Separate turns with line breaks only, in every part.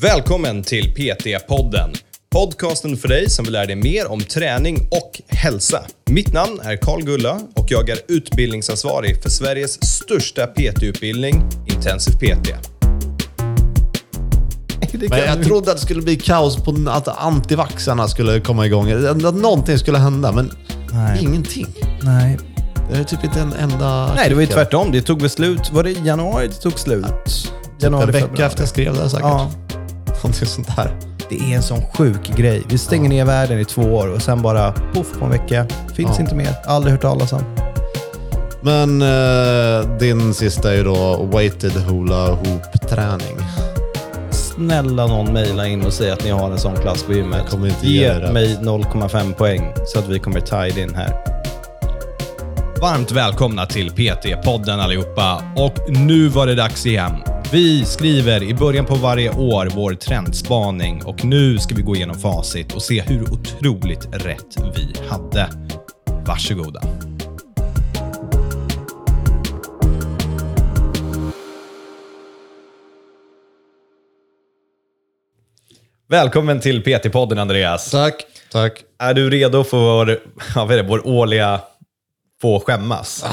Välkommen till PT-podden. Podcasten för dig som vill lära dig mer om träning och hälsa. Mitt namn är Karl Gulla och jag är utbildningsansvarig för Sveriges största PT-utbildning, Intensiv PT.
Det
Men
kan
jag
ju-
trodde att det skulle bli kaos på n- att antivaxarna skulle komma igång. Att någonting skulle hända, men
Nej.
ingenting.
Nej.
Det är typ inte en enda...
Nej, det var ju
artikel.
tvärtom. Det tog beslut... Var det i januari det tog slut? Januari,
Typ En vecka
februari.
efter jag skrev det här säkert.
Ja.
Någonting sånt där.
Det är en sån sjuk grej. Vi stänger ner världen i två år och sen bara poff på en vecka. Finns
Ja.
inte mer. Aldrig hört talas om.
Men eh, din sista är ju då weighted hula hoop träning.
Snälla någon mejla in och säg att ni har en sån klass på gymmet.
kommer inte
Ge
ge dig det.
mig 0,5 poäng så att vi kommer tied in här.
Varmt välkomna till PT-podden allihopa. Och nu var det dags igen. Vi skriver i början på varje år vår trendspaning och nu ska vi gå igenom facit och se hur otroligt rätt vi hade. Varsågoda. Välkommen till PT-podden Andreas.
Tack. Tack.
Är du redo för vår, ja, vad är det, vår årliga Få skämmas?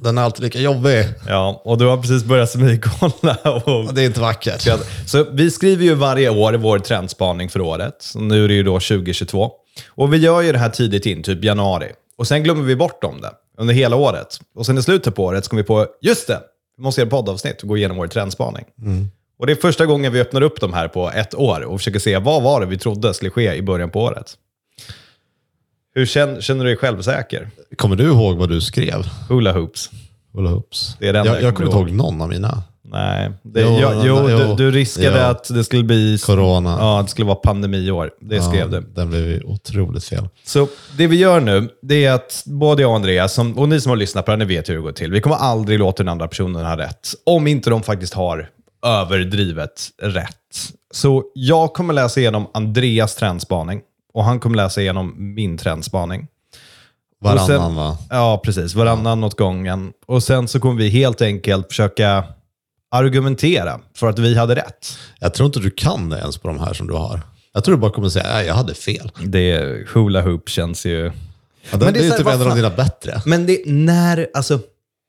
Den är alltid lika jobbig.
Ja, och du har precis börjat smygkolla. Och...
Det är inte vackert.
Så vi skriver ju varje år vår trendspaning för året. Så Nu är det ju då 2022. Och vi gör ju det här tidigt in, typ januari. Och sen glömmer vi bort om det under hela året. Och sen i slutet på året så kommer vi på, just det, vi måste göra poddavsnitt och gå igenom vår trendspaning. Och det är första gången vi öppnar upp de här på ett år och försöker se vad var det vi trodde skulle ske i början på året. Hur känner, känner du dig självsäker?
Kommer du ihåg vad du skrev?
Hula hoops.
Hula hoops.
Det är den
jag,
jag
jag
kommer
kommer inte ihåg någon av mina.
Nej. Det,
Jo,
jo,
nej,
jo,
nej,
du,
jo.
du riskade
Ja.
att det skulle bli
Corona.
Ja, det skulle vara pandemi i år. Det skrev du.
Den blev ju otroligt fel.
Så det vi gör nu, det är att både jag och Andreas, som, och ni som har lyssnat på det här, ni vet hur det går till. Vi kommer aldrig låta den andra personen ha rätt. Om inte de faktiskt har överdrivet rätt. Så jag kommer läsa igenom Andreas trendspaning och han kommer läsa igenom min trendspaning. Och
Varannan
sen-
va?
Ja, precis. Varannan åt gången. Och sen så kommer vi helt enkelt försöka argumentera för att vi hade rätt.
Jag tror inte du kan det ens på de här som du har. Jag tror du bara kommer säga, nej jag hade fel.
Det, hula hoop känns ju...
Ja, det,
Men det är
det är
så
ju
här,
typ
vad
en av
fan-
dina bättre.
Men det, när, alltså,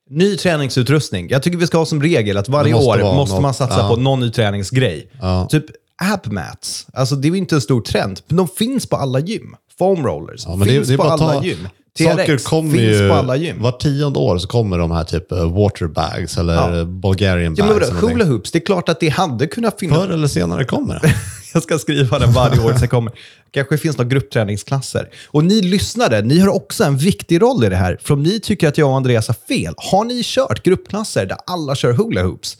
ny träningsutrustning. Jag tycker vi ska ha som regel att varje
Det måste
år
vara
måste
något-
man satsa
ja.
på någon ny träningsgrej.
Ja.
Typ appmats. Alltså det är ju inte en stor trend, men de finns på alla gym. Foam rollers
Ja, men det, är-
finns
det är
på
bara att
alla
ta,
gym.
Saker
TRX
kommer
finns
ju,
på alla gym.
Var tionde år så kommer de här typ eh, waterbags eller
Ja.
eh, Bulgarian
Ja,
bags.
men vadå,
eller någonting.
hula hoops, det är klart att det hade kunnat finnas.
Förr eller senare kommer det.
Jag ska skriva den varje år som kommer. Kanske finns några gruppträningsklasser. Och ni lyssnare, ni har också en viktig roll i det här. För om ni tycker att jag och Andreas har fel, har ni kört gruppklasser där alla kör hula hoops?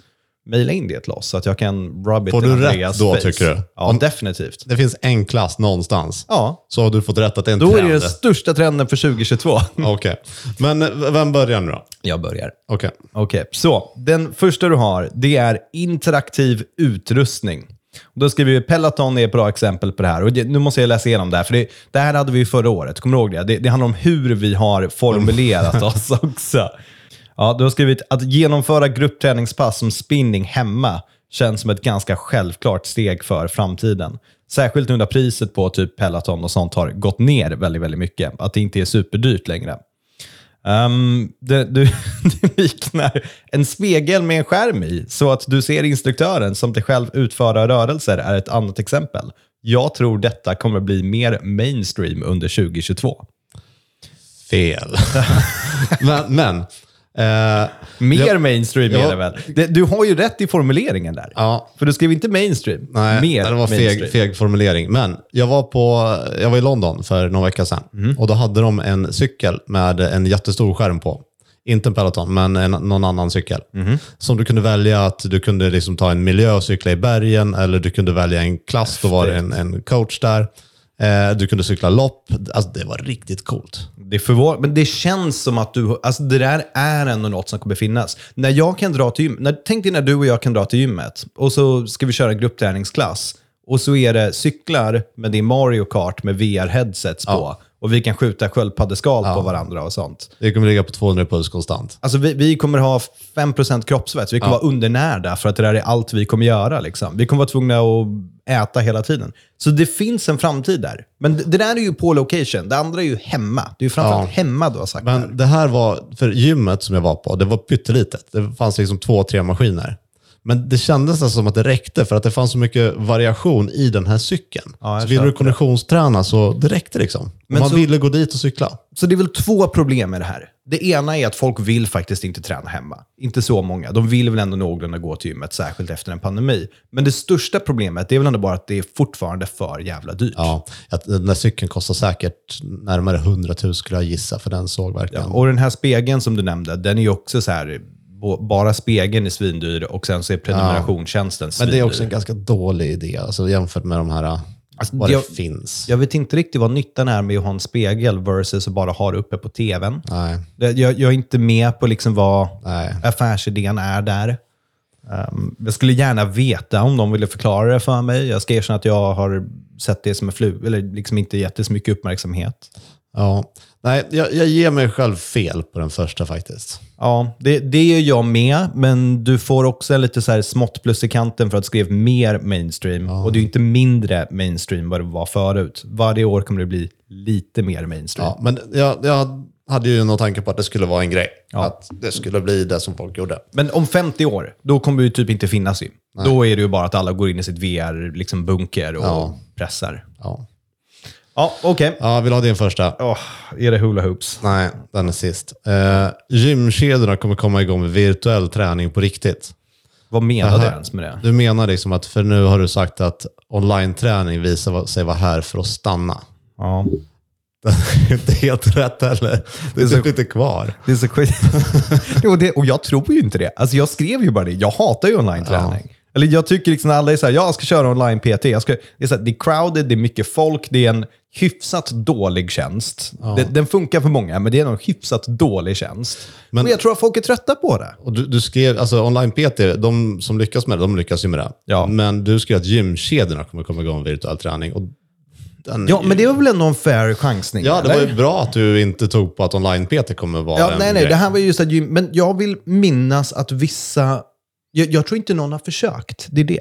Mejla in det till oss så att jag kan rub it
Får
in
du rätt
Andreas
då,
face.
tycker du?
Ja,
Om-
definitivt.
Det finns en klass någonstans.
Ja,
Så har du fått rätt att det är en
då är
trend.
det den största trenden för 2022.
Okej. Men eh, vem börjar nu då?
Jag börjar.
Okej.
Okej, så den första du har, det är interaktiv utrustning. Och Då skriver vi Peloton är ett bra exempel på det här. Och det, nu måste jag läsa igenom det här, för det, det här hade vi ju förra året. Kommer du ihåg det? det? Det handlar om hur vi har formulerat oss också. Ja, du har skrivit att genomföra gruppträningspass som spinning hemma känns som ett ganska självklart steg för framtiden. Särskilt nu när priset på typ Peloton och sånt har gått ner väldigt, väldigt mycket. Att det inte är superdyrt längre. Ehm, det, du, det liknar en spegel med en skärm i, så att du ser instruktören som dig själv utföra rörelser är ett annat exempel. Jag tror detta kommer bli mer mainstream under 2022.
Fel. men, men eh,
Mer
jag-
mainstream är
ja.
det väl? Det, du har ju rätt i formuleringen där.
Ja.
För du skrev inte mainstream.
Nej,
mer
det var
mainstream.
feg, feg formulering. Men jag var, på, jag var i London för någon vecka sedan
Mm.
och då hade de en cykel med en jättestor skärm på. Inte en Peloton, men en, någon annan cykel.
Mhm.
Som du kunde välja att du kunde liksom ta en miljö och cykla i bergen eller du kunde välja en klass, då var det en, en coach där. Eh, du kunde cykla lopp. Alltså, det var riktigt coolt.
Det förvånar, men det känns som att du, alltså det där är ändå något som kommer finnas. När jag kan dra till gym, när, tänk dig när du och jag kan dra till gymmet och så ska vi köra en gruppträningsklass Och så är det cyklar med din Mario Kart med VR-headsets på. Och vi kan skjuta sköldpaddeskal på varandra och sånt.
Det kommer ligga på 200 puls konstant.
Alltså vi, vi kommer ha 5% kroppsvett, så vi kommer vara undernärda för att det där är allt vi kommer göra. Liksom. Vi kommer vara tvungna att äta hela tiden. Så det finns en framtid där. Men det, det där är ju på location. Det andra är ju hemma. Det är ju framförallt hemma du har sagt. där.
Men det här var, för gymmet som jag var på, det var pyttelitet. Det fanns liksom två, tre maskiner. Men det kändes nästan som att det räckte för att det fanns så mycket variation i den här cykeln.
jag
så vill
köper
du
det.
konditionsträna så det räckte liksom. Men man
så-
ville gå dit och cykla.
Så det är väl två problem med det här. Det ena är att folk vill faktiskt inte träna hemma. Inte så många. De vill väl ändå någorlunda gå till gymmet, särskilt efter en pandemi. Men det största problemet det är väl ändå bara att det är fortfarande för jävla dyrt.
Ja, att den där cykeln kostar säkert närmare 100 000 skulle jag gissa, för den såg verkligen.
Och den här spegeln som du nämnde, den är ju också så här, bo- bara spegeln är svindyr och sen så är prenumerationstjänsten
Men
svindyr.
det är också en ganska dålig idé alltså, jämfört med de här,
Alltså,
vad
jag-
det finns.
Jag vet inte riktigt vad nyttan är med att ha en spegel versus att bara ha det uppe på tvn.
Nej,
Det- Jag, jag är inte med på liksom vad
nej.
affärsidén är där. Ehm, jag skulle gärna veta om de ville förklara det för mig. Jag ska erkänna att jag har sett det som en flu, eller liksom inte gett det så mycket uppmärksamhet.
Ja. nej jag, jag ger mig själv fel på den första faktiskt.
Ja, det, det gör jag med, men du får också en lite så här smått plus i kanten för att det skrev mer mainstream. Och det är ju inte mindre mainstream vad det var förut. Varje år kommer det bli lite mer mainstream.
Ja, men jag, jag hade ju någon tanke på att det skulle vara en grej. Att det skulle bli det som folk gjorde.
Men om 50 år, då kommer det ju typ inte finnas gym. Då är det ju bara att alla går in i sitt VR-bunker liksom bunker och
Ja.
pressar.
Ja,
Ja, okej.
ja vill du ha din första?
Åh, är det hula hoops?
Nej, den är sist. Eh, gymkedjorna kommer komma igång med virtuell träning på riktigt.
Vad menar du ens med det?
Du menar liksom att, för nu har du sagt att online-träning visar vad- sig vara här för att stanna.
Ja.
Det är inte helt rätt heller. Det är typ inte kvar.
Det är så skit. jo, det, och jag tror ju inte det. Alltså, jag skrev ju bara det. Jag hatar ju online-träning. Eller jag tycker liksom när alla är så här, jag ska köra online-PT. Jag ska, det, är så här, det är crowded, det är mycket folk, det är en hyfsat dålig tjänst. Den, den funkar för många, men det är en hyfsat dålig tjänst. Men,
Men-
och jag tror att folk är trötta på det.
Och du, du skrev, alltså online-PT, de som lyckas med det, de lyckas ju med det.
Ja.
Men du skrev att gymkedjorna kommer komma igång med virtuell träning. Och den
Ja, men det var väl ändå en fair chansning?
Ja, det
eller?
var ju bra att du inte tog på att online-PT kommer vara
Ja,
en
nej, nej,
grej.
det här var ju just att gym, men jag vill minnas att vissa, jag, jag tror inte någon har försökt, det är det.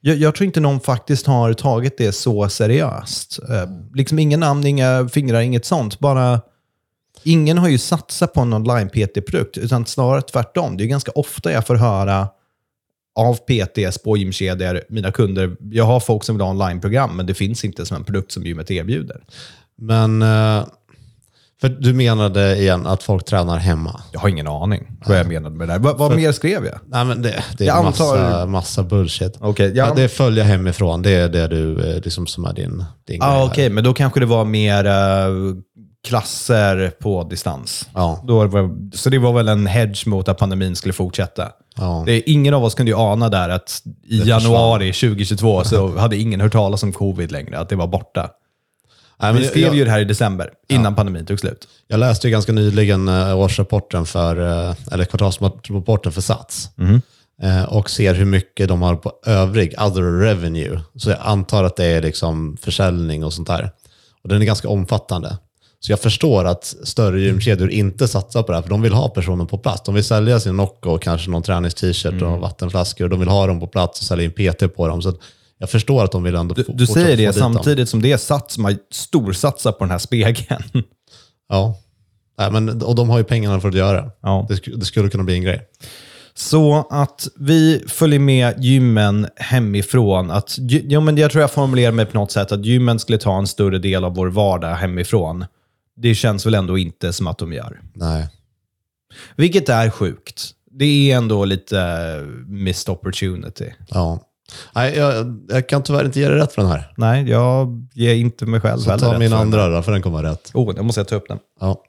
Jag, jag tror inte någon faktiskt har tagit det så seriöst. Eh, liksom inga namn, inga fingrar, inget sånt. Bara, ingen har ju satsat på en online-PT-produkt, utan snarare tvärtom. Det är ju ganska ofta jag får höra av PTs på gymkedjor, mina kunder, jag har folk som vill ha online-program, men det finns inte som en produkt som gymmet erbjuder.
Men, eh, för du menade igen att folk tränar hemma.
Jag har ingen aning vad jag menade med det där. Vad, vad mer skrev jag?
Nej, men det, det
Jag
är
antar-
massa, massa bullshit.
Okej,
ja.
jag-
det är följa hemifrån, det är det du, eh, liksom, som är din, din
Ja, ah,
grej
okej,
här.
men då kanske det var mer eh, klasser på distans.
Ja.
Då var, så det var väl en hedge mot att pandemin skulle fortsätta.
Ja.
Det, ingen av oss kunde ju ana där att i januari 2022 så hade ingen hört talas om covid längre, att det var borta.
Nej, men
Vi skrev
jag,
ju det här i december, innan pandemin tog slut.
jag läste ju ganska nyligen eh, årsrapporten för, eh, eller kvartalsrapporten för Sats.
Mhm.
Eh, och ser hur mycket de har på övrig, other revenue. Så jag antar att det är liksom försäljning och sånt där. Och den är ganska omfattande. Så jag förstår att större gymkedjor inte satsar på det här, för de vill ha personen på plats. De vill sälja sin Nocco och kanske någon träningst-shirt
Mm.
och vattenflaskor. Och de vill ha dem på plats och sälja in PT på dem. Så att jag förstår att de vill ändå
Du
fortsätta
säger
få
det
dit dem.
samtidigt som det är Sats som har storsatsat på den här spegeln.
Ja. Nej, men, och de har ju pengarna för att göra det.
Ja.
det. sk- Det skulle kunna bli en grej.
Så att vi följer med gymmen hemifrån. Att, gy- ja, men jag tror jag formulerade mig på något sätt att gymmen skulle ta en större del av vår vardag hemifrån. Det känns väl ändå inte som att de gör.
Nej.
Vilket är sjukt. Det är ändå lite eh, missed opportunity.
Ja. Nej, jag, jag kan tyvärr inte ge dig rätt för den här.
Nej, jag ger inte mig själv
Så
rätt
ta min
för den.
andra då, för den kommer rätt.
Oh, jag måste jag ta upp den.
Ja.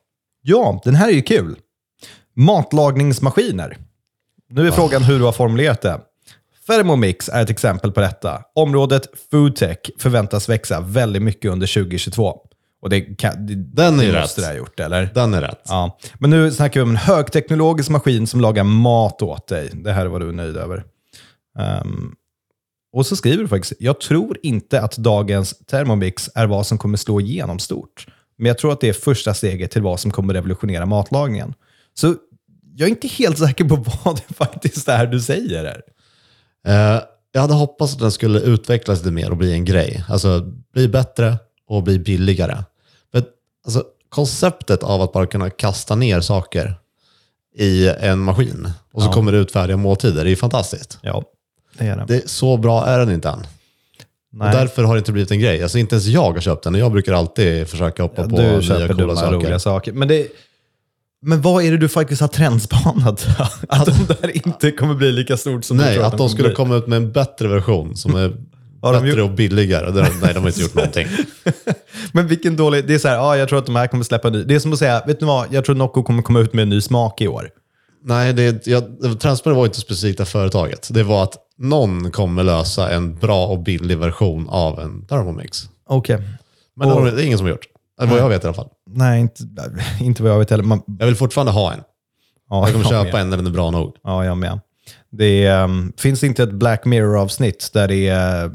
Ja, den här är ju kul. Matlagningsmaskiner. Nu
Ah.
är frågan hur du har formulerat det. Thermomix är ett exempel på detta. Området foodtech förväntas växa väldigt mycket under 2022. Och det, kan, det,
Den är
det
rätt.
måste det ha gjort, eller?
Den är rätt.
Ja. Men nu snackar vi om en högteknologisk maskin som lagar mat åt dig. Det här var du nöjd över. Ehm, Och så skriver du faktiskt, jag tror inte att dagens Thermomix är vad som kommer slå igenom stort. Men jag tror att det är första steget till vad som kommer revolutionera matlagningen. Så jag är inte helt säker på vad det faktiskt är du säger här.
Eh, jag hade hoppats att den skulle utvecklas lite mer och bli en grej. Alltså bli bättre och bli billigare. Men alltså, konceptet av att bara kunna kasta ner saker i en maskin och så
Ja.
kommer det ut färdiga måltider, det är ju fantastiskt.
Ja, det är det.
Det, så bra är den inte än. Och
Nej.
därför har det inte blivit en grej. Alltså inte ens jag har köpt den och jag brukar alltid försöka hoppa på
du
nya
köper
coola
dumma,
saker.
roliga saker. Men, det, men vad är det du faktiskt har trendspanat? Att de där inte kommer bli lika stort som du
Nej,
tror
att de
kommer
skulle
bli.
komma ut med en bättre version som är
Har de
bättre och billigare. Det- Nej, de har inte gjort någonting.
Men vilken dålig... Det är så här, ja, jag tror att de här kommer släppa en ny. Det är som att säga, vet ni vad? Jag tror Nocco kommer komma ut med en ny smak i år.
Nej, det, jag, Transport var inte specifikt det företaget. Det var att någon kommer lösa en bra och billig version av en Thermomix.
Okej.
Men det har- det är ingen som har gjort. Eller vad jag vet i alla fall.
Nej, inte, inte vad jag vet heller. Man,
Jag vill fortfarande ha en.
ja,
Jag kommer
jag
köpa
med.
en när den är bra nog.
Ja, jag med. Det är, ehm, finns inte ett Black Mirror-avsnitt där det är eh,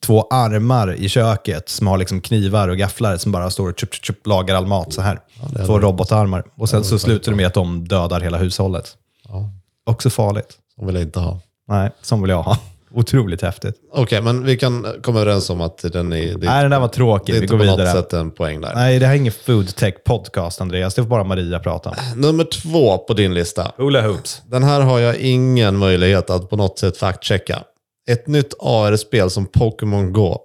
två armar i köket som har liksom knivar och gafflar som bara står och chup, chup, chup, lagar all mat så här. två robotarmar. Och sen så slutar det med att de dödar hela hushållet.
Ja,
Också farligt.
de vill jag inte ha.
Nej, som vill jag ha. Otroligt häftigt.
Okej, men vi kan komma överens om att den är... Det,
Nej, den där var
det
tråkig.
är
Vi
inte
går
på något
vidare.
sätt en poäng där.
Nej, det här är ingen food tech podcast Andreas. Det får bara Maria prata om.
Nummer två på din lista.
Hula Hoops.
Den här har jag ingen möjlighet att på något sätt fact-checka. Ett nytt AR-spel som Pokémon Go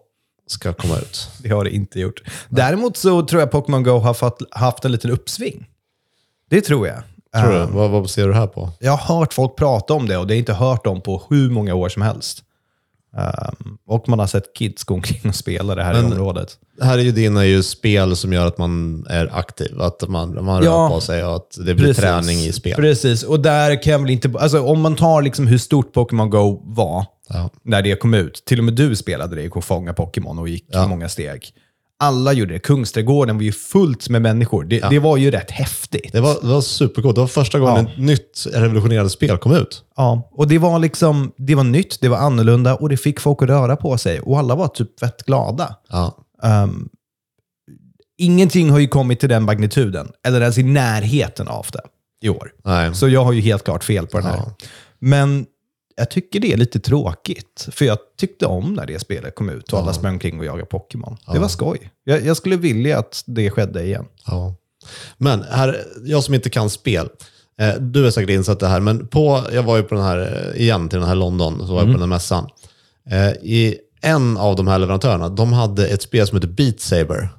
ska komma ut.
Det har det inte gjort. Däremot så tror jag Pokémon Go har fått, haft en liten uppsving. Det tror jag.
Tror
Eh,
du? Vad, vad ser du här på?
Jag har hört folk prata om det och det är inte hört om på hur många år som helst. Ehm, och man har sett kids gå omkring och spela det här i området.
Det här är ju dina ju spel som gör att man är aktiv, att man, man
Ja.
rör på sig och att det blir träning i spel.
Precis, och där kan jag väl inte... Alltså, om man tar liksom hur stort Pokémon Go var
Ja.
när det kom ut. Till och med du spelade det och fångade Pokémon och gick många steg. Alla gjorde det. Kungsträdgården var ju fullt med människor. Det, det var ju rätt häftigt.
Det var, det var supercoolt. Det var första gången ett nytt revolutionerande spel kom ut.
Ja, och det var liksom, det var nytt, det var annorlunda och det fick folk att röra på sig. Och alla var typ fett glada.
Ja.
Ehm, ingenting har ju kommit till den magnituden, eller ens i närheten av det, i år.
Nej.
Så jag har ju helt klart fel på den här.
Ja.
Men jag tycker det är lite tråkigt, för jag tyckte om när det spelet kom ut och alla sprang omkring och jagade Pokémon. Det var skoj. Jag, jag skulle vilja att det skedde igen.
Ja. Men här, jag som inte kan spel, eh, du är säkert insatt i det här, men på, jag var ju på den här, eh, igen till den här London, så var jag
Mm.
på den här mässan. Eh, I en av de här leverantörerna, de hade ett spel som heter Beat Saber.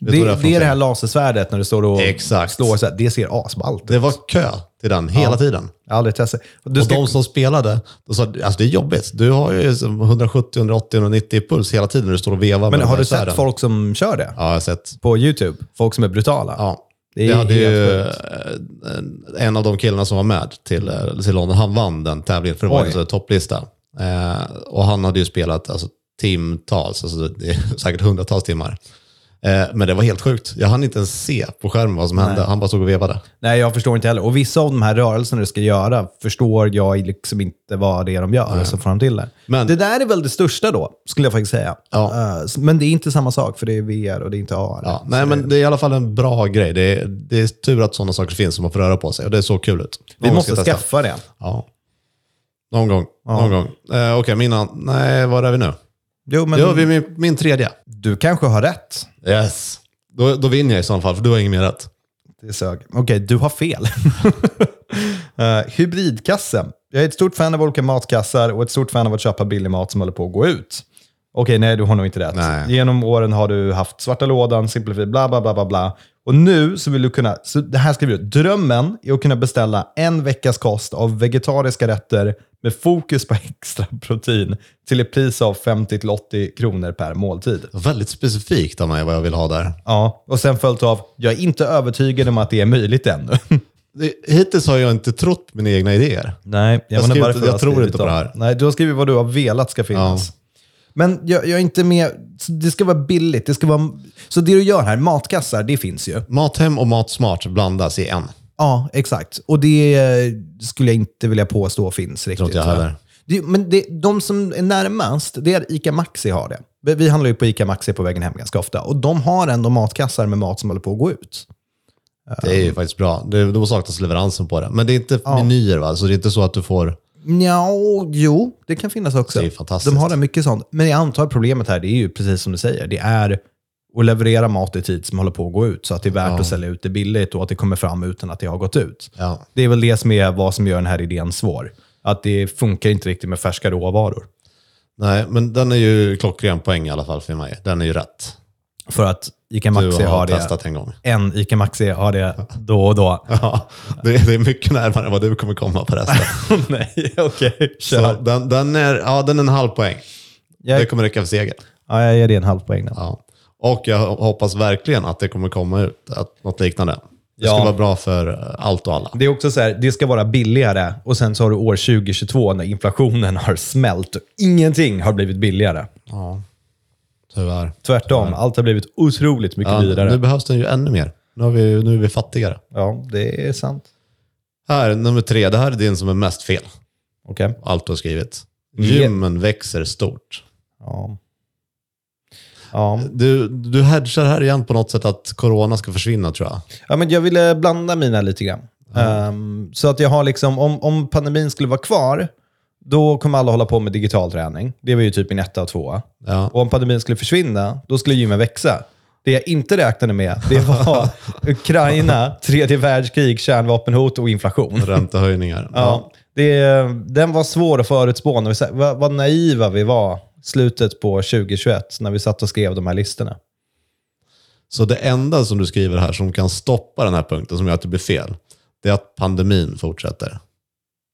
Det,
Vet du vad
det,
för
är det
någonting?
här lasersvärdet när du står och
Exakt.
slår. Så här, det ser asballt ut.
Det var kö till den hela tiden.
Jag har aldrig testat. Du
Och
ska,
de som spelade, de sa alltså det är jobbigt. Du har ju som 170, 180, 190 i puls hela tiden när du står och vevar.
men har
med de här
du sett
svärden.
folk som kör det?
Ja, jag har sett.
På YouTube? Folk som är brutala?
Ja.
Det är
Vi hade
helt
ju
sjukt.
eh, en av de killarna som var med till, eh, till London, han vann den tävlingen för det var
Oj.
en sån här topplista. Eh, och han hade ju spelat alltså, timtals, alltså, det är säkert hundratals timmar. Eh, men det var helt sjukt. Jag hann inte ens se på skärmen vad som hände. Han bara stod och vevade.
Nej, jag förstår inte heller. Och vissa av de här rörelserna du ska göra förstår jag liksom inte vad det är de gör, och så får de till det.
Men-
det där är väl det största då, skulle jag faktiskt säga.
Ja.
Eh, men det är inte samma sak, för det är VR och det är inte AR.
Ja, nej, men det är i alla fall en bra grej. Det är, det är tur att sådana saker finns som man får röra på sig. Och det såg kul ut.
Vi
Någon
måste
ska testa.
skaffa det.
Ja. Någon gång. Någon gång. Eh, Okej, min an- Nej, var är vi nu?
Jo, men
Jo, vi är min, min tredje.
du kanske har rätt.
Yes. Då, då vinner jag i så fall, för du har inget mer rätt.
Det sög. Okej, du har fel. Eh, hybridkassen. Jag är ett stort fan av olika matkassar och ett stort fan av att köpa billig mat som håller på att gå ut. Okej, nej, du har nog inte rätt.
Nej.
Genom åren har du haft svarta lådan, Simplify, bla, bla, bla, bla, bla. Och nu så vill du kunna, så det här skriver du, drömmen är att kunna beställa en veckas kost av vegetariska rätter med fokus på extra protein till ett pris av 50-80 kronor per måltid.
Väldigt specifikt av mig vad jag vill ha där.
Ja, och sen följt av, jag är inte övertygad om att det är möjligt ännu.
Det- Hittills har jag inte trott mina egna idéer.
Nej, jag,
Jag
undrar
skriver
varför
inte-
du
jag
har
tror
skrivit
inte på
dem.
det här.
Nej, du har skrivit vad du har velat ska finnas. Men jag, jag är inte med. Så Det ska vara billigt. Det ska vara... Så det du gör här, matkassar, det finns ju.
Mathem och Matsmart blandas i en.
Ja, exakt. Och det eh, skulle jag inte vilja påstå finns riktigt.
inte jag heller.
Det, men det, de som är närmast, det är ICA Maxi har det. Vi- Vi handlar ju på ICA Maxi på vägen hem ganska ofta. Och de har ändå matkassar med mat som håller på att gå ut.
Det är ju faktiskt bra. Det, då saknas leveransen på det. Men det är inte menyer va? Så det är inte så att du får...
Nja, jo, det kan finnas också.
Det är ju fantastiskt.
de har det mycket sånt. Men jag antar problemet här, det är ju precis som du säger. Det är att leverera mat i tid som håller på att gå ut. Så att det är värt att sälja ut det billigt och att det kommer fram utan att det har gått ut.
Ja.
Det är väl det som är vad som gör den här idén svår. Att det funkar inte riktigt med färska råvaror.
Nej, men den är ju klockren poäng i alla fall för mig. Den är ju rätt.
För att ICA
Du
Maxi
har,
har, det.
testat en gång.
En ICA Maxi har det då och då.
Ja, det, det är mycket närmare än vad du kommer komma på resten.
Nej, okej.
så
Kör.
den, den, är, ja, den är en halv poäng.
Jag-
Det kommer räcka för seger.
Ja, jag ger det en halv poäng. då.
Ja. Och jag hoppas verkligen att det kommer komma ut att, något liknande. Det
Ja.
ska vara bra för eh, allt och alla.
Det är också så här, det ska vara billigare och sen så har du år 2022 när inflationen har smält och ingenting har blivit billigare.
Ja, tyvärr.
Tvärtom, allt har blivit otroligt mycket
Ja,
dyrare.
nu behövs den ju ännu mer. Nu, har vi, nu är vi fattigare.
Ja, det är sant.
Här, nummer tre. Det här är din som är mest fel.
Okej.
Allt du har skrivit.
Mm.
Gymmen växer stort.
Ja. Ja.
Du, du hedgar här igen på något sätt att corona ska försvinna tror jag.
ja, men jag ville blanda mina lite grann. Ehm, så att jag har liksom, om, om pandemin skulle vara kvar, då kommer alla hålla på med digital träning. Det var ju typ min etta och tvåa.
Ja.
Och om pandemin skulle försvinna, då skulle gymmen växa. Det jag inte räknade med, det var Ukraina, tredje världskrig, kärnvapenhot och inflation.
Räntehöjningar.
Ja, det, den var svår att förutspå. När vi, sa- vad, vad naiva vi var slutet på 2021 när vi satt och skrev de här listorna.
Så det enda som du skriver här som kan stoppa den här punkten som gör att det blir fel, det är att pandemin fortsätter.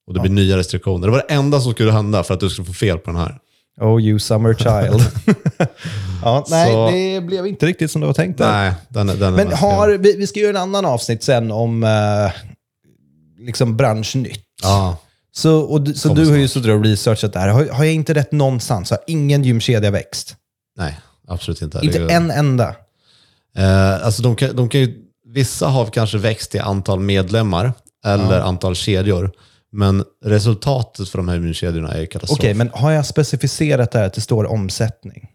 Och det blir nya restriktioner. Det var det enda som skulle hända för att du skulle få fel på den här.
Oh you summer child. ja, nej,
Så-
det blev inte riktigt som det var tänkt. där.
Nej, den, är- den är
Men
mest
har,
fel.
vi, vi ska göra en annan avsnitt sen om eh, liksom branschnytt.
Ja,
Så, och, du- så
Kommer
du har ju
snart.
suttit och researchat det här. Har, har jag inte rätt någonstans? Har ingen gymkedja växt?
nej, absolut inte.
Inte
Det är-
en enda.
Eh, alltså de kan, de kan ju, vissa har kanske växt i antal medlemmar eller antal kedjor. Men resultatet för de här immunkedjorna är ju katastrof.
Okej, men har jag specificerat det här att det står omsättning?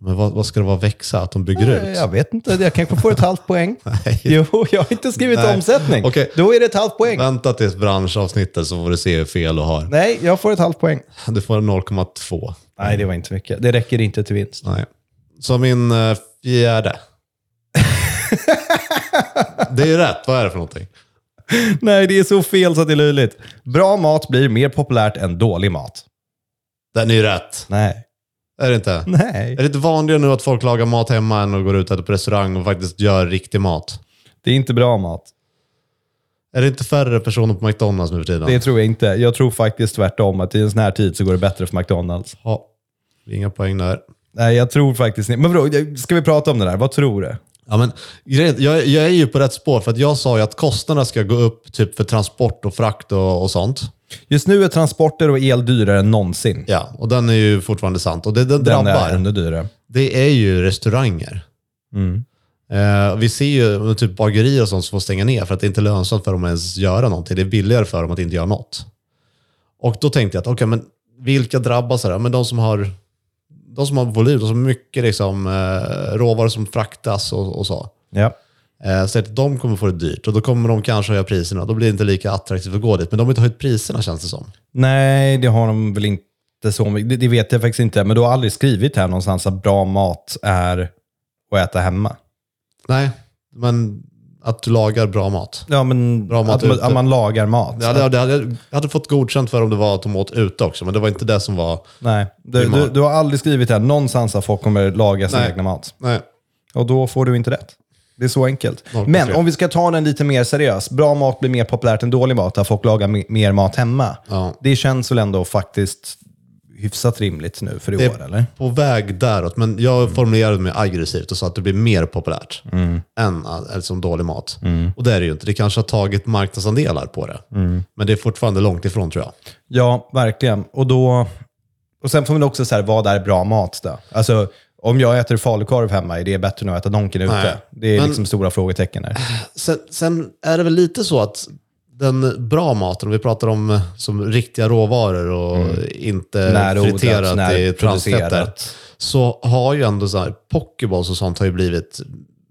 Men vad, vad ska det vara växa? Att de bygger
Nej,
ut?
Eh, Jag vet inte, jag kanske får ett halvt poäng. Jo, jag har inte skrivit
Nej.
omsättning.
Okej.
Då är det ett halvt poäng.
Vänta tills branschavsnittet så får du se hur fel du har.
Nej, jag får ett halvt poäng.
Du får 0,2.
Nej, det var inte mycket. Det räcker inte till vinst.
Nej. Så min eh, fjärde. det är ju rätt. Vad är det för någonting?
Nej, det är så fel så att det är löjligt. Bra mat blir mer populärt än dålig mat.
Den är ju rätt.
Nej.
Är det inte?
Nej.
Är det inte vanligare nu att folk lagar mat hemma än att går ut och äter på restaurang och faktiskt gör riktig mat?
Det är inte bra mat.
Är det inte färre personer på McDonalds nu för tiden?
Det tror jag inte. Jag tror faktiskt tvärtom, att i en sån här tid så går det bättre för McDonalds.
Ja. Det är Inga poäng där.
Nej, jag tror faktiskt inte. Men vadå, ska vi prata om det där? Vad tror du?
Ja, men, grejen- jag, jag är ju på rätt spår för att jag sa ju att kostnaderna ska gå upp typ för transport och frakt och, och sånt.
Just nu är transporter och el dyrare än någonsin.
Ja, och den är ju fortfarande sant. Och det,
Den
den drabbar.
är ännu dyrare.
det är ju restauranger. Eh, vi ser ju typ bagerier och sånt som får stänga ner för att det inte är lönsamt för dem att ens göra någonting. Det är billigare för dem att inte göra något. Och då tänkte jag att, okej, men vilka drabbas av det här? Men de som har de som har volym, de som har mycket liksom, eh, råvaror som fraktas och, och så.
Ja.
Eh, så att de kommer få det dyrt och då kommer de kanske höja priserna. Då blir det inte lika attraktivt att gå dit. Men de har inte höjt priserna känns det som.
Nej, det har de väl inte så mycket. Det, det vet jag faktiskt inte. Men du har aldrig skrivit här någonstans att bra mat är att äta hemma.
Nej, men att du lagar bra mat.
Ja, men
Bra mat
att, man,
ute.
att man lagar mat.
Jag hade, jag hade, jag hade fått godkänt för om det var att de åt ute också, men det var inte det som var...
Nej, du, du, du har aldrig skrivit här någonstans att folk kommer laga sin
Nej.
egna mat.
Nej.
Och då får du inte rätt. Det är så enkelt.
Noll på
Men
tre.
om vi ska ta den lite mer seriös. Bra mat blir mer populärt än dålig mat, att folk lagar me- mer mat hemma.
Ja.
Det känns väl ändå faktiskt hyfsat rimligt nu för i
Det
år, eller?
är på väg däråt, men jag formulerade mig aggressivt och sa att det blir mer populärt än eh, liksom dålig mat. Och det är det ju inte. Det kanske har tagit marknadsandelar på det, men det är fortfarande långt ifrån tror jag.
Ja, verkligen. Och, då, och sen får man också så här, vad är bra mat då? Alltså, om jag äter falukorv hemma, är det bättre än att äta Donken ute?
Nej.
Det är
Men-
liksom stora frågetecken här.
Sen, sen är det väl lite så att den bra maten, om vi pratar om eh, som riktiga råvaror och inte
Mm. Närodlat,
friterat i transfetter,
närproducerat.
så har ju ändå så här, pokeballs och sånt har ju blivit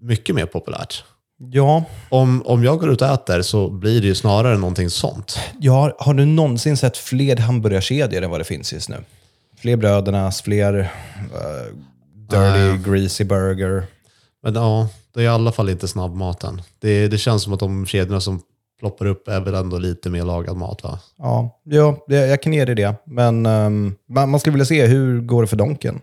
mycket mer populärt.
Ja,
Om, om jag går ut och äter så blir det ju snarare någonting sånt.
ja, har du någonsin sett fler hamburgarkedjor än vad det finns just nu? Fler Brödernas, fler eh, Dirty Greasy Burger.
Men ja, det är i alla fall inte snabbmaten. Det, det känns som att de kedjorna som ploppar upp är väl ändå lite mer lagad mat va?
Ja, ja det- jag kan ge dig det. Men ehm, man, man skulle vilja se hur går det för Donken.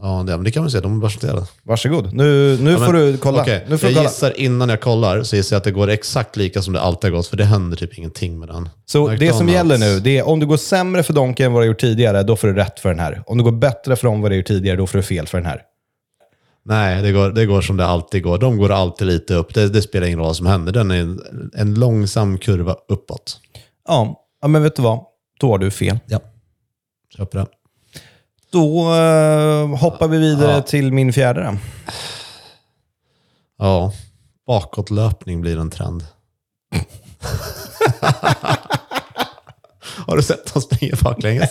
Ja, det, men det kan man säga. De är börsnoterade.
Varsågod. Nu, nu får du kolla.
Okej,
Nu får du
jag
kolla.
gissar innan jag kollar så gissar jag att det går exakt lika som det alltid har gått, för det händer typ ingenting med den.
Så det som
McDonald's.
gäller nu, det är om du går sämre för Donken än vad du gjort tidigare, då får du rätt för den här. Om du går bättre för dem vad du gjort tidigare, då får du fel för den här.
Nej, det går, det går som det alltid går. De går alltid lite upp. Det, det spelar ingen roll vad som händer. Den är en, en långsam kurva uppåt.
Ja, ja men vet du vad? Då har du fel.
Köper det.
Då eh, hoppar vi vidare
Ja.
till min fjärde. då.
Ja, bakåtlöpning blir en trend. har du sett han springer baklänges?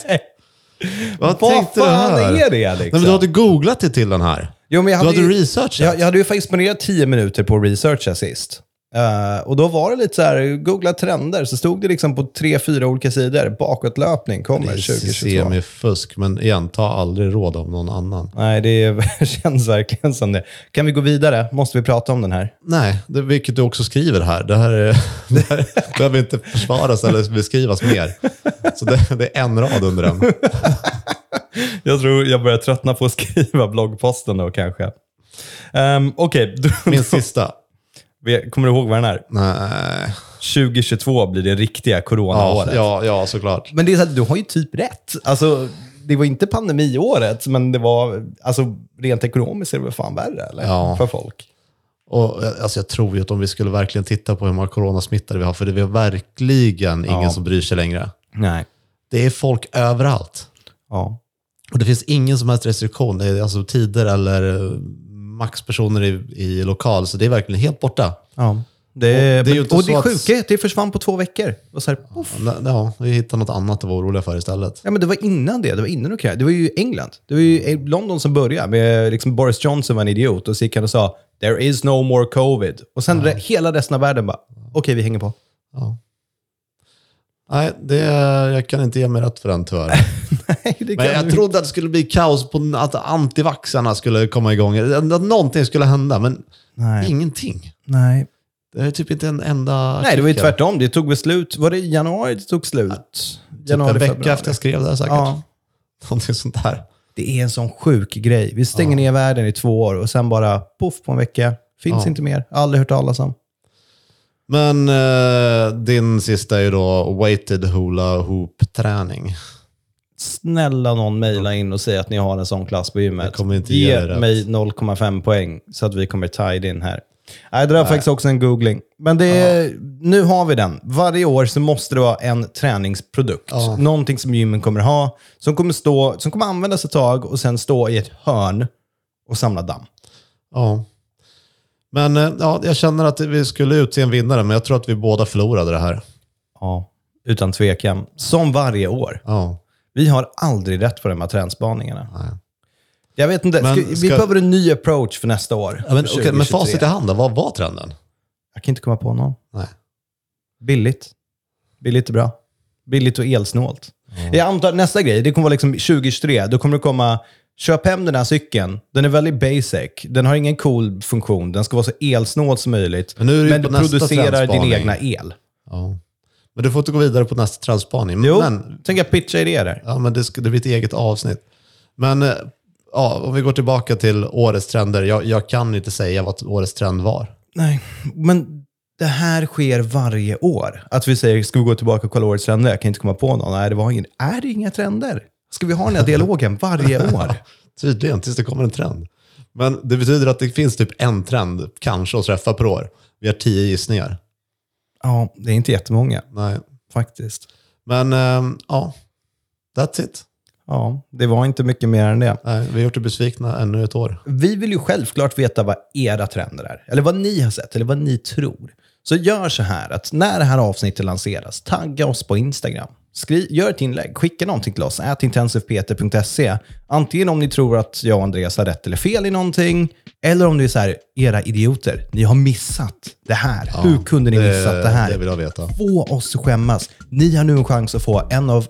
Vad
Vad
tänkte du
fan
här?
är det
Nej, men
liksom?
du hade googlat dig till den här.
jo, men jag
Du
hade
hade
ju-
researchat.
Jag, jag hade ju faktiskt spenderat tio minuter på att researcha sist. Eh, och då var det lite så här, googla trender, så stod det liksom på tre, fyra olika sidor. Bakåtlöpning kommer
Det är
2022.
semifusk, men igen, ta aldrig råd av någon annan.
Nej, det är- känns verkligen som det. Kan vi gå vidare? Måste vi prata om den här?
Nej, det, vilket du också skriver här. Det här, är, det här behöver inte försvaras eller beskrivas mer. Så det, det är en rad under den.
Jag tror jag börjar tröttna på att skriva bloggposten då kanske. Um, Okej,
Min sista.
kommer du ihåg vad den är?
Nej.
2022 blir det riktiga
Ja,
coronaåret.
ja, ja, såklart.
Men det är så att du har ju typ rätt. Alltså, det var inte pandemiåret, men det var, alltså, rent ekonomiskt är det väl fan värre eller?
Ja.
för folk.
Och, eh, alltså, jag tror ju att om vi skulle verkligen titta på hur många coronasmittade vi har, för det är verkligen ingen
Ja.
som bryr sig längre.
Nej.
Det är folk överallt.
Ja.
Och det finns ingen som helst restriktion, det är alltså tider eller eh, maxpersoner i, i lokal, så det är verkligen helt borta.
ja. Det,
är
men-
ju inte
och
så
det
att-
sjuka är att det försvann på två veckor. Och så här, poff.
Ja, Ja, vi hittar något annat att vara oroliga för istället.
Ja, men det var innan det. Det var innan Ukraina. Det var ju England. Det var ju
Mm.
London som började. Med, liksom Boris Johnson var en idiot och så gick han och sa “There is no more covid”. Och sen re- hela resten av världen bara “Okej, vi hänger på”.
Ja. Nej, det, jag kan inte ge mig rätt för den tyvärr.
Nej, det
Men
kan
jag
du-
trodde att det skulle bli kaos på att antivaxarna skulle komma igång. Att någonting skulle hända, men
Nej.
ingenting.
Nej.
Det är typ inte en enda
Nej, det var ju
artikel.
tvärtom. Det tog beslut. Var det i januari det tog slut? Januari,
typ en vecka
februari.
efter jag skrev det här säkert.
Ja.
Någonting sånt där.
Det är en sån sjuk grej. Vi stänger ner världen i två år och sen bara poff på en vecka. Finns
Ja.
inte mer. Aldrig hört talas om.
Men eh, din sista är ju då weighted hula hoop-träning.
Snälla någon mejla in och säg att ni har en sån klass på gymmet.
Jag kommer inte
ge
ge dig rätt.
mig 0,5 poäng så att vi kommer tied in här. Nej, det där var faktiskt också en googling. Men det är, nu har vi den. Varje år så måste det vara en träningsprodukt. Någonting som gymmen kommer ha, som kommer, stå, som kommer användas ett tag och sen stå i ett hörn och samla damm.
Ja. Men eh, ja, jag känner att vi skulle utse en vinnare, men jag tror att vi båda förlorade det här.
Ja, utan tvekan. Som varje år.
Ja.
Vi har aldrig rätt på de här trendspaningarna. Jag vet inte,
Men
ska, vi
ska-
behöver en ny approach för nästa år.
Ja, men,
för
okej, men
2023.
facit i hand, då, vad var trenden?
Jag kan inte komma på någon.
Nej.
Billigt. Billigt är bra. Billigt och elsnålt. Jag antar att nästa grej, det kommer vara liksom 2023. Då kommer det komma, köp hem den här cykeln. Den är väldigt basic. Den har ingen cool funktion. Den ska vara så elsnål som möjligt.
Men nu är det ju
men
på
du
nästa
producerar din
trendspaning.
egna el.
Ja. Men du får inte gå vidare på nästa trendspaning.
Jo,
Men,
tänk jag pitcha idéer där.
ja, men det, ska, det blir ett eget avsnitt. Men eh, ja, om vi går tillbaka till årets trender. Jag, jag kan inte säga vad årets trend var.
Nej, men det här sker varje år. Att vi säger, ska vi gå tillbaka och kolla årets trender? Jag kan inte komma på någon. Nej, det var ingen. Är det inga trender? Ska vi ha den här dialogen varje år?
Tydligen, tills det kommer en trend. Men det betyder att det finns typ en trend, kanske, att träffa per år. Vi har tio gissningar.
ja, det är inte jättemånga
Nej.
faktiskt.
Men ehm, ja, that's it.
Ja, det var inte mycket mer än det.
Nej, vi har gjort dig besvikna ännu ett år.
Vi vill ju självklart veta vad era trender är. Eller vad ni har sett, eller vad ni tror. Så gör så här att när det här avsnittet lanseras, tagga oss på Instagram. Skriv, gör ett inlägg, skicka någonting till oss, at intensivpeter.se. Antingen om ni tror att jag och Andreas har rätt eller fel i någonting, eller om ni är så här, era idioter, ni har missat det här. Hur kunde ni missat det här?
Eh, Det vill jag veta.
Få oss att skämmas. Ni har nu en chans att få en av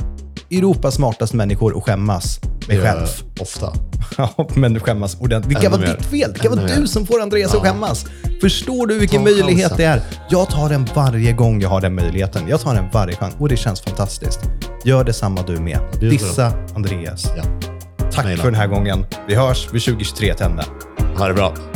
Europas smartaste människor att skämmas med själv.
Eh, Ofta.
Ja, men du skämmas ordentligt. Det kan
Ännu
vara
mer.
ditt fel. Det kan vara
Ännu
du
mer.
som får Andreas att skämmas. Förstår du vilken
Ta
möjlighet
chansen.
det är? Jag tar den varje gång jag har den möjligheten. Jag tar den varje chans och det känns fantastiskt. Gör detsamma du med.
bjuder på
Dissa Andreas.
Ja.
Tack
Mejla.
för den här gången. Vi hörs vid 2023 tända.
Ha det bra.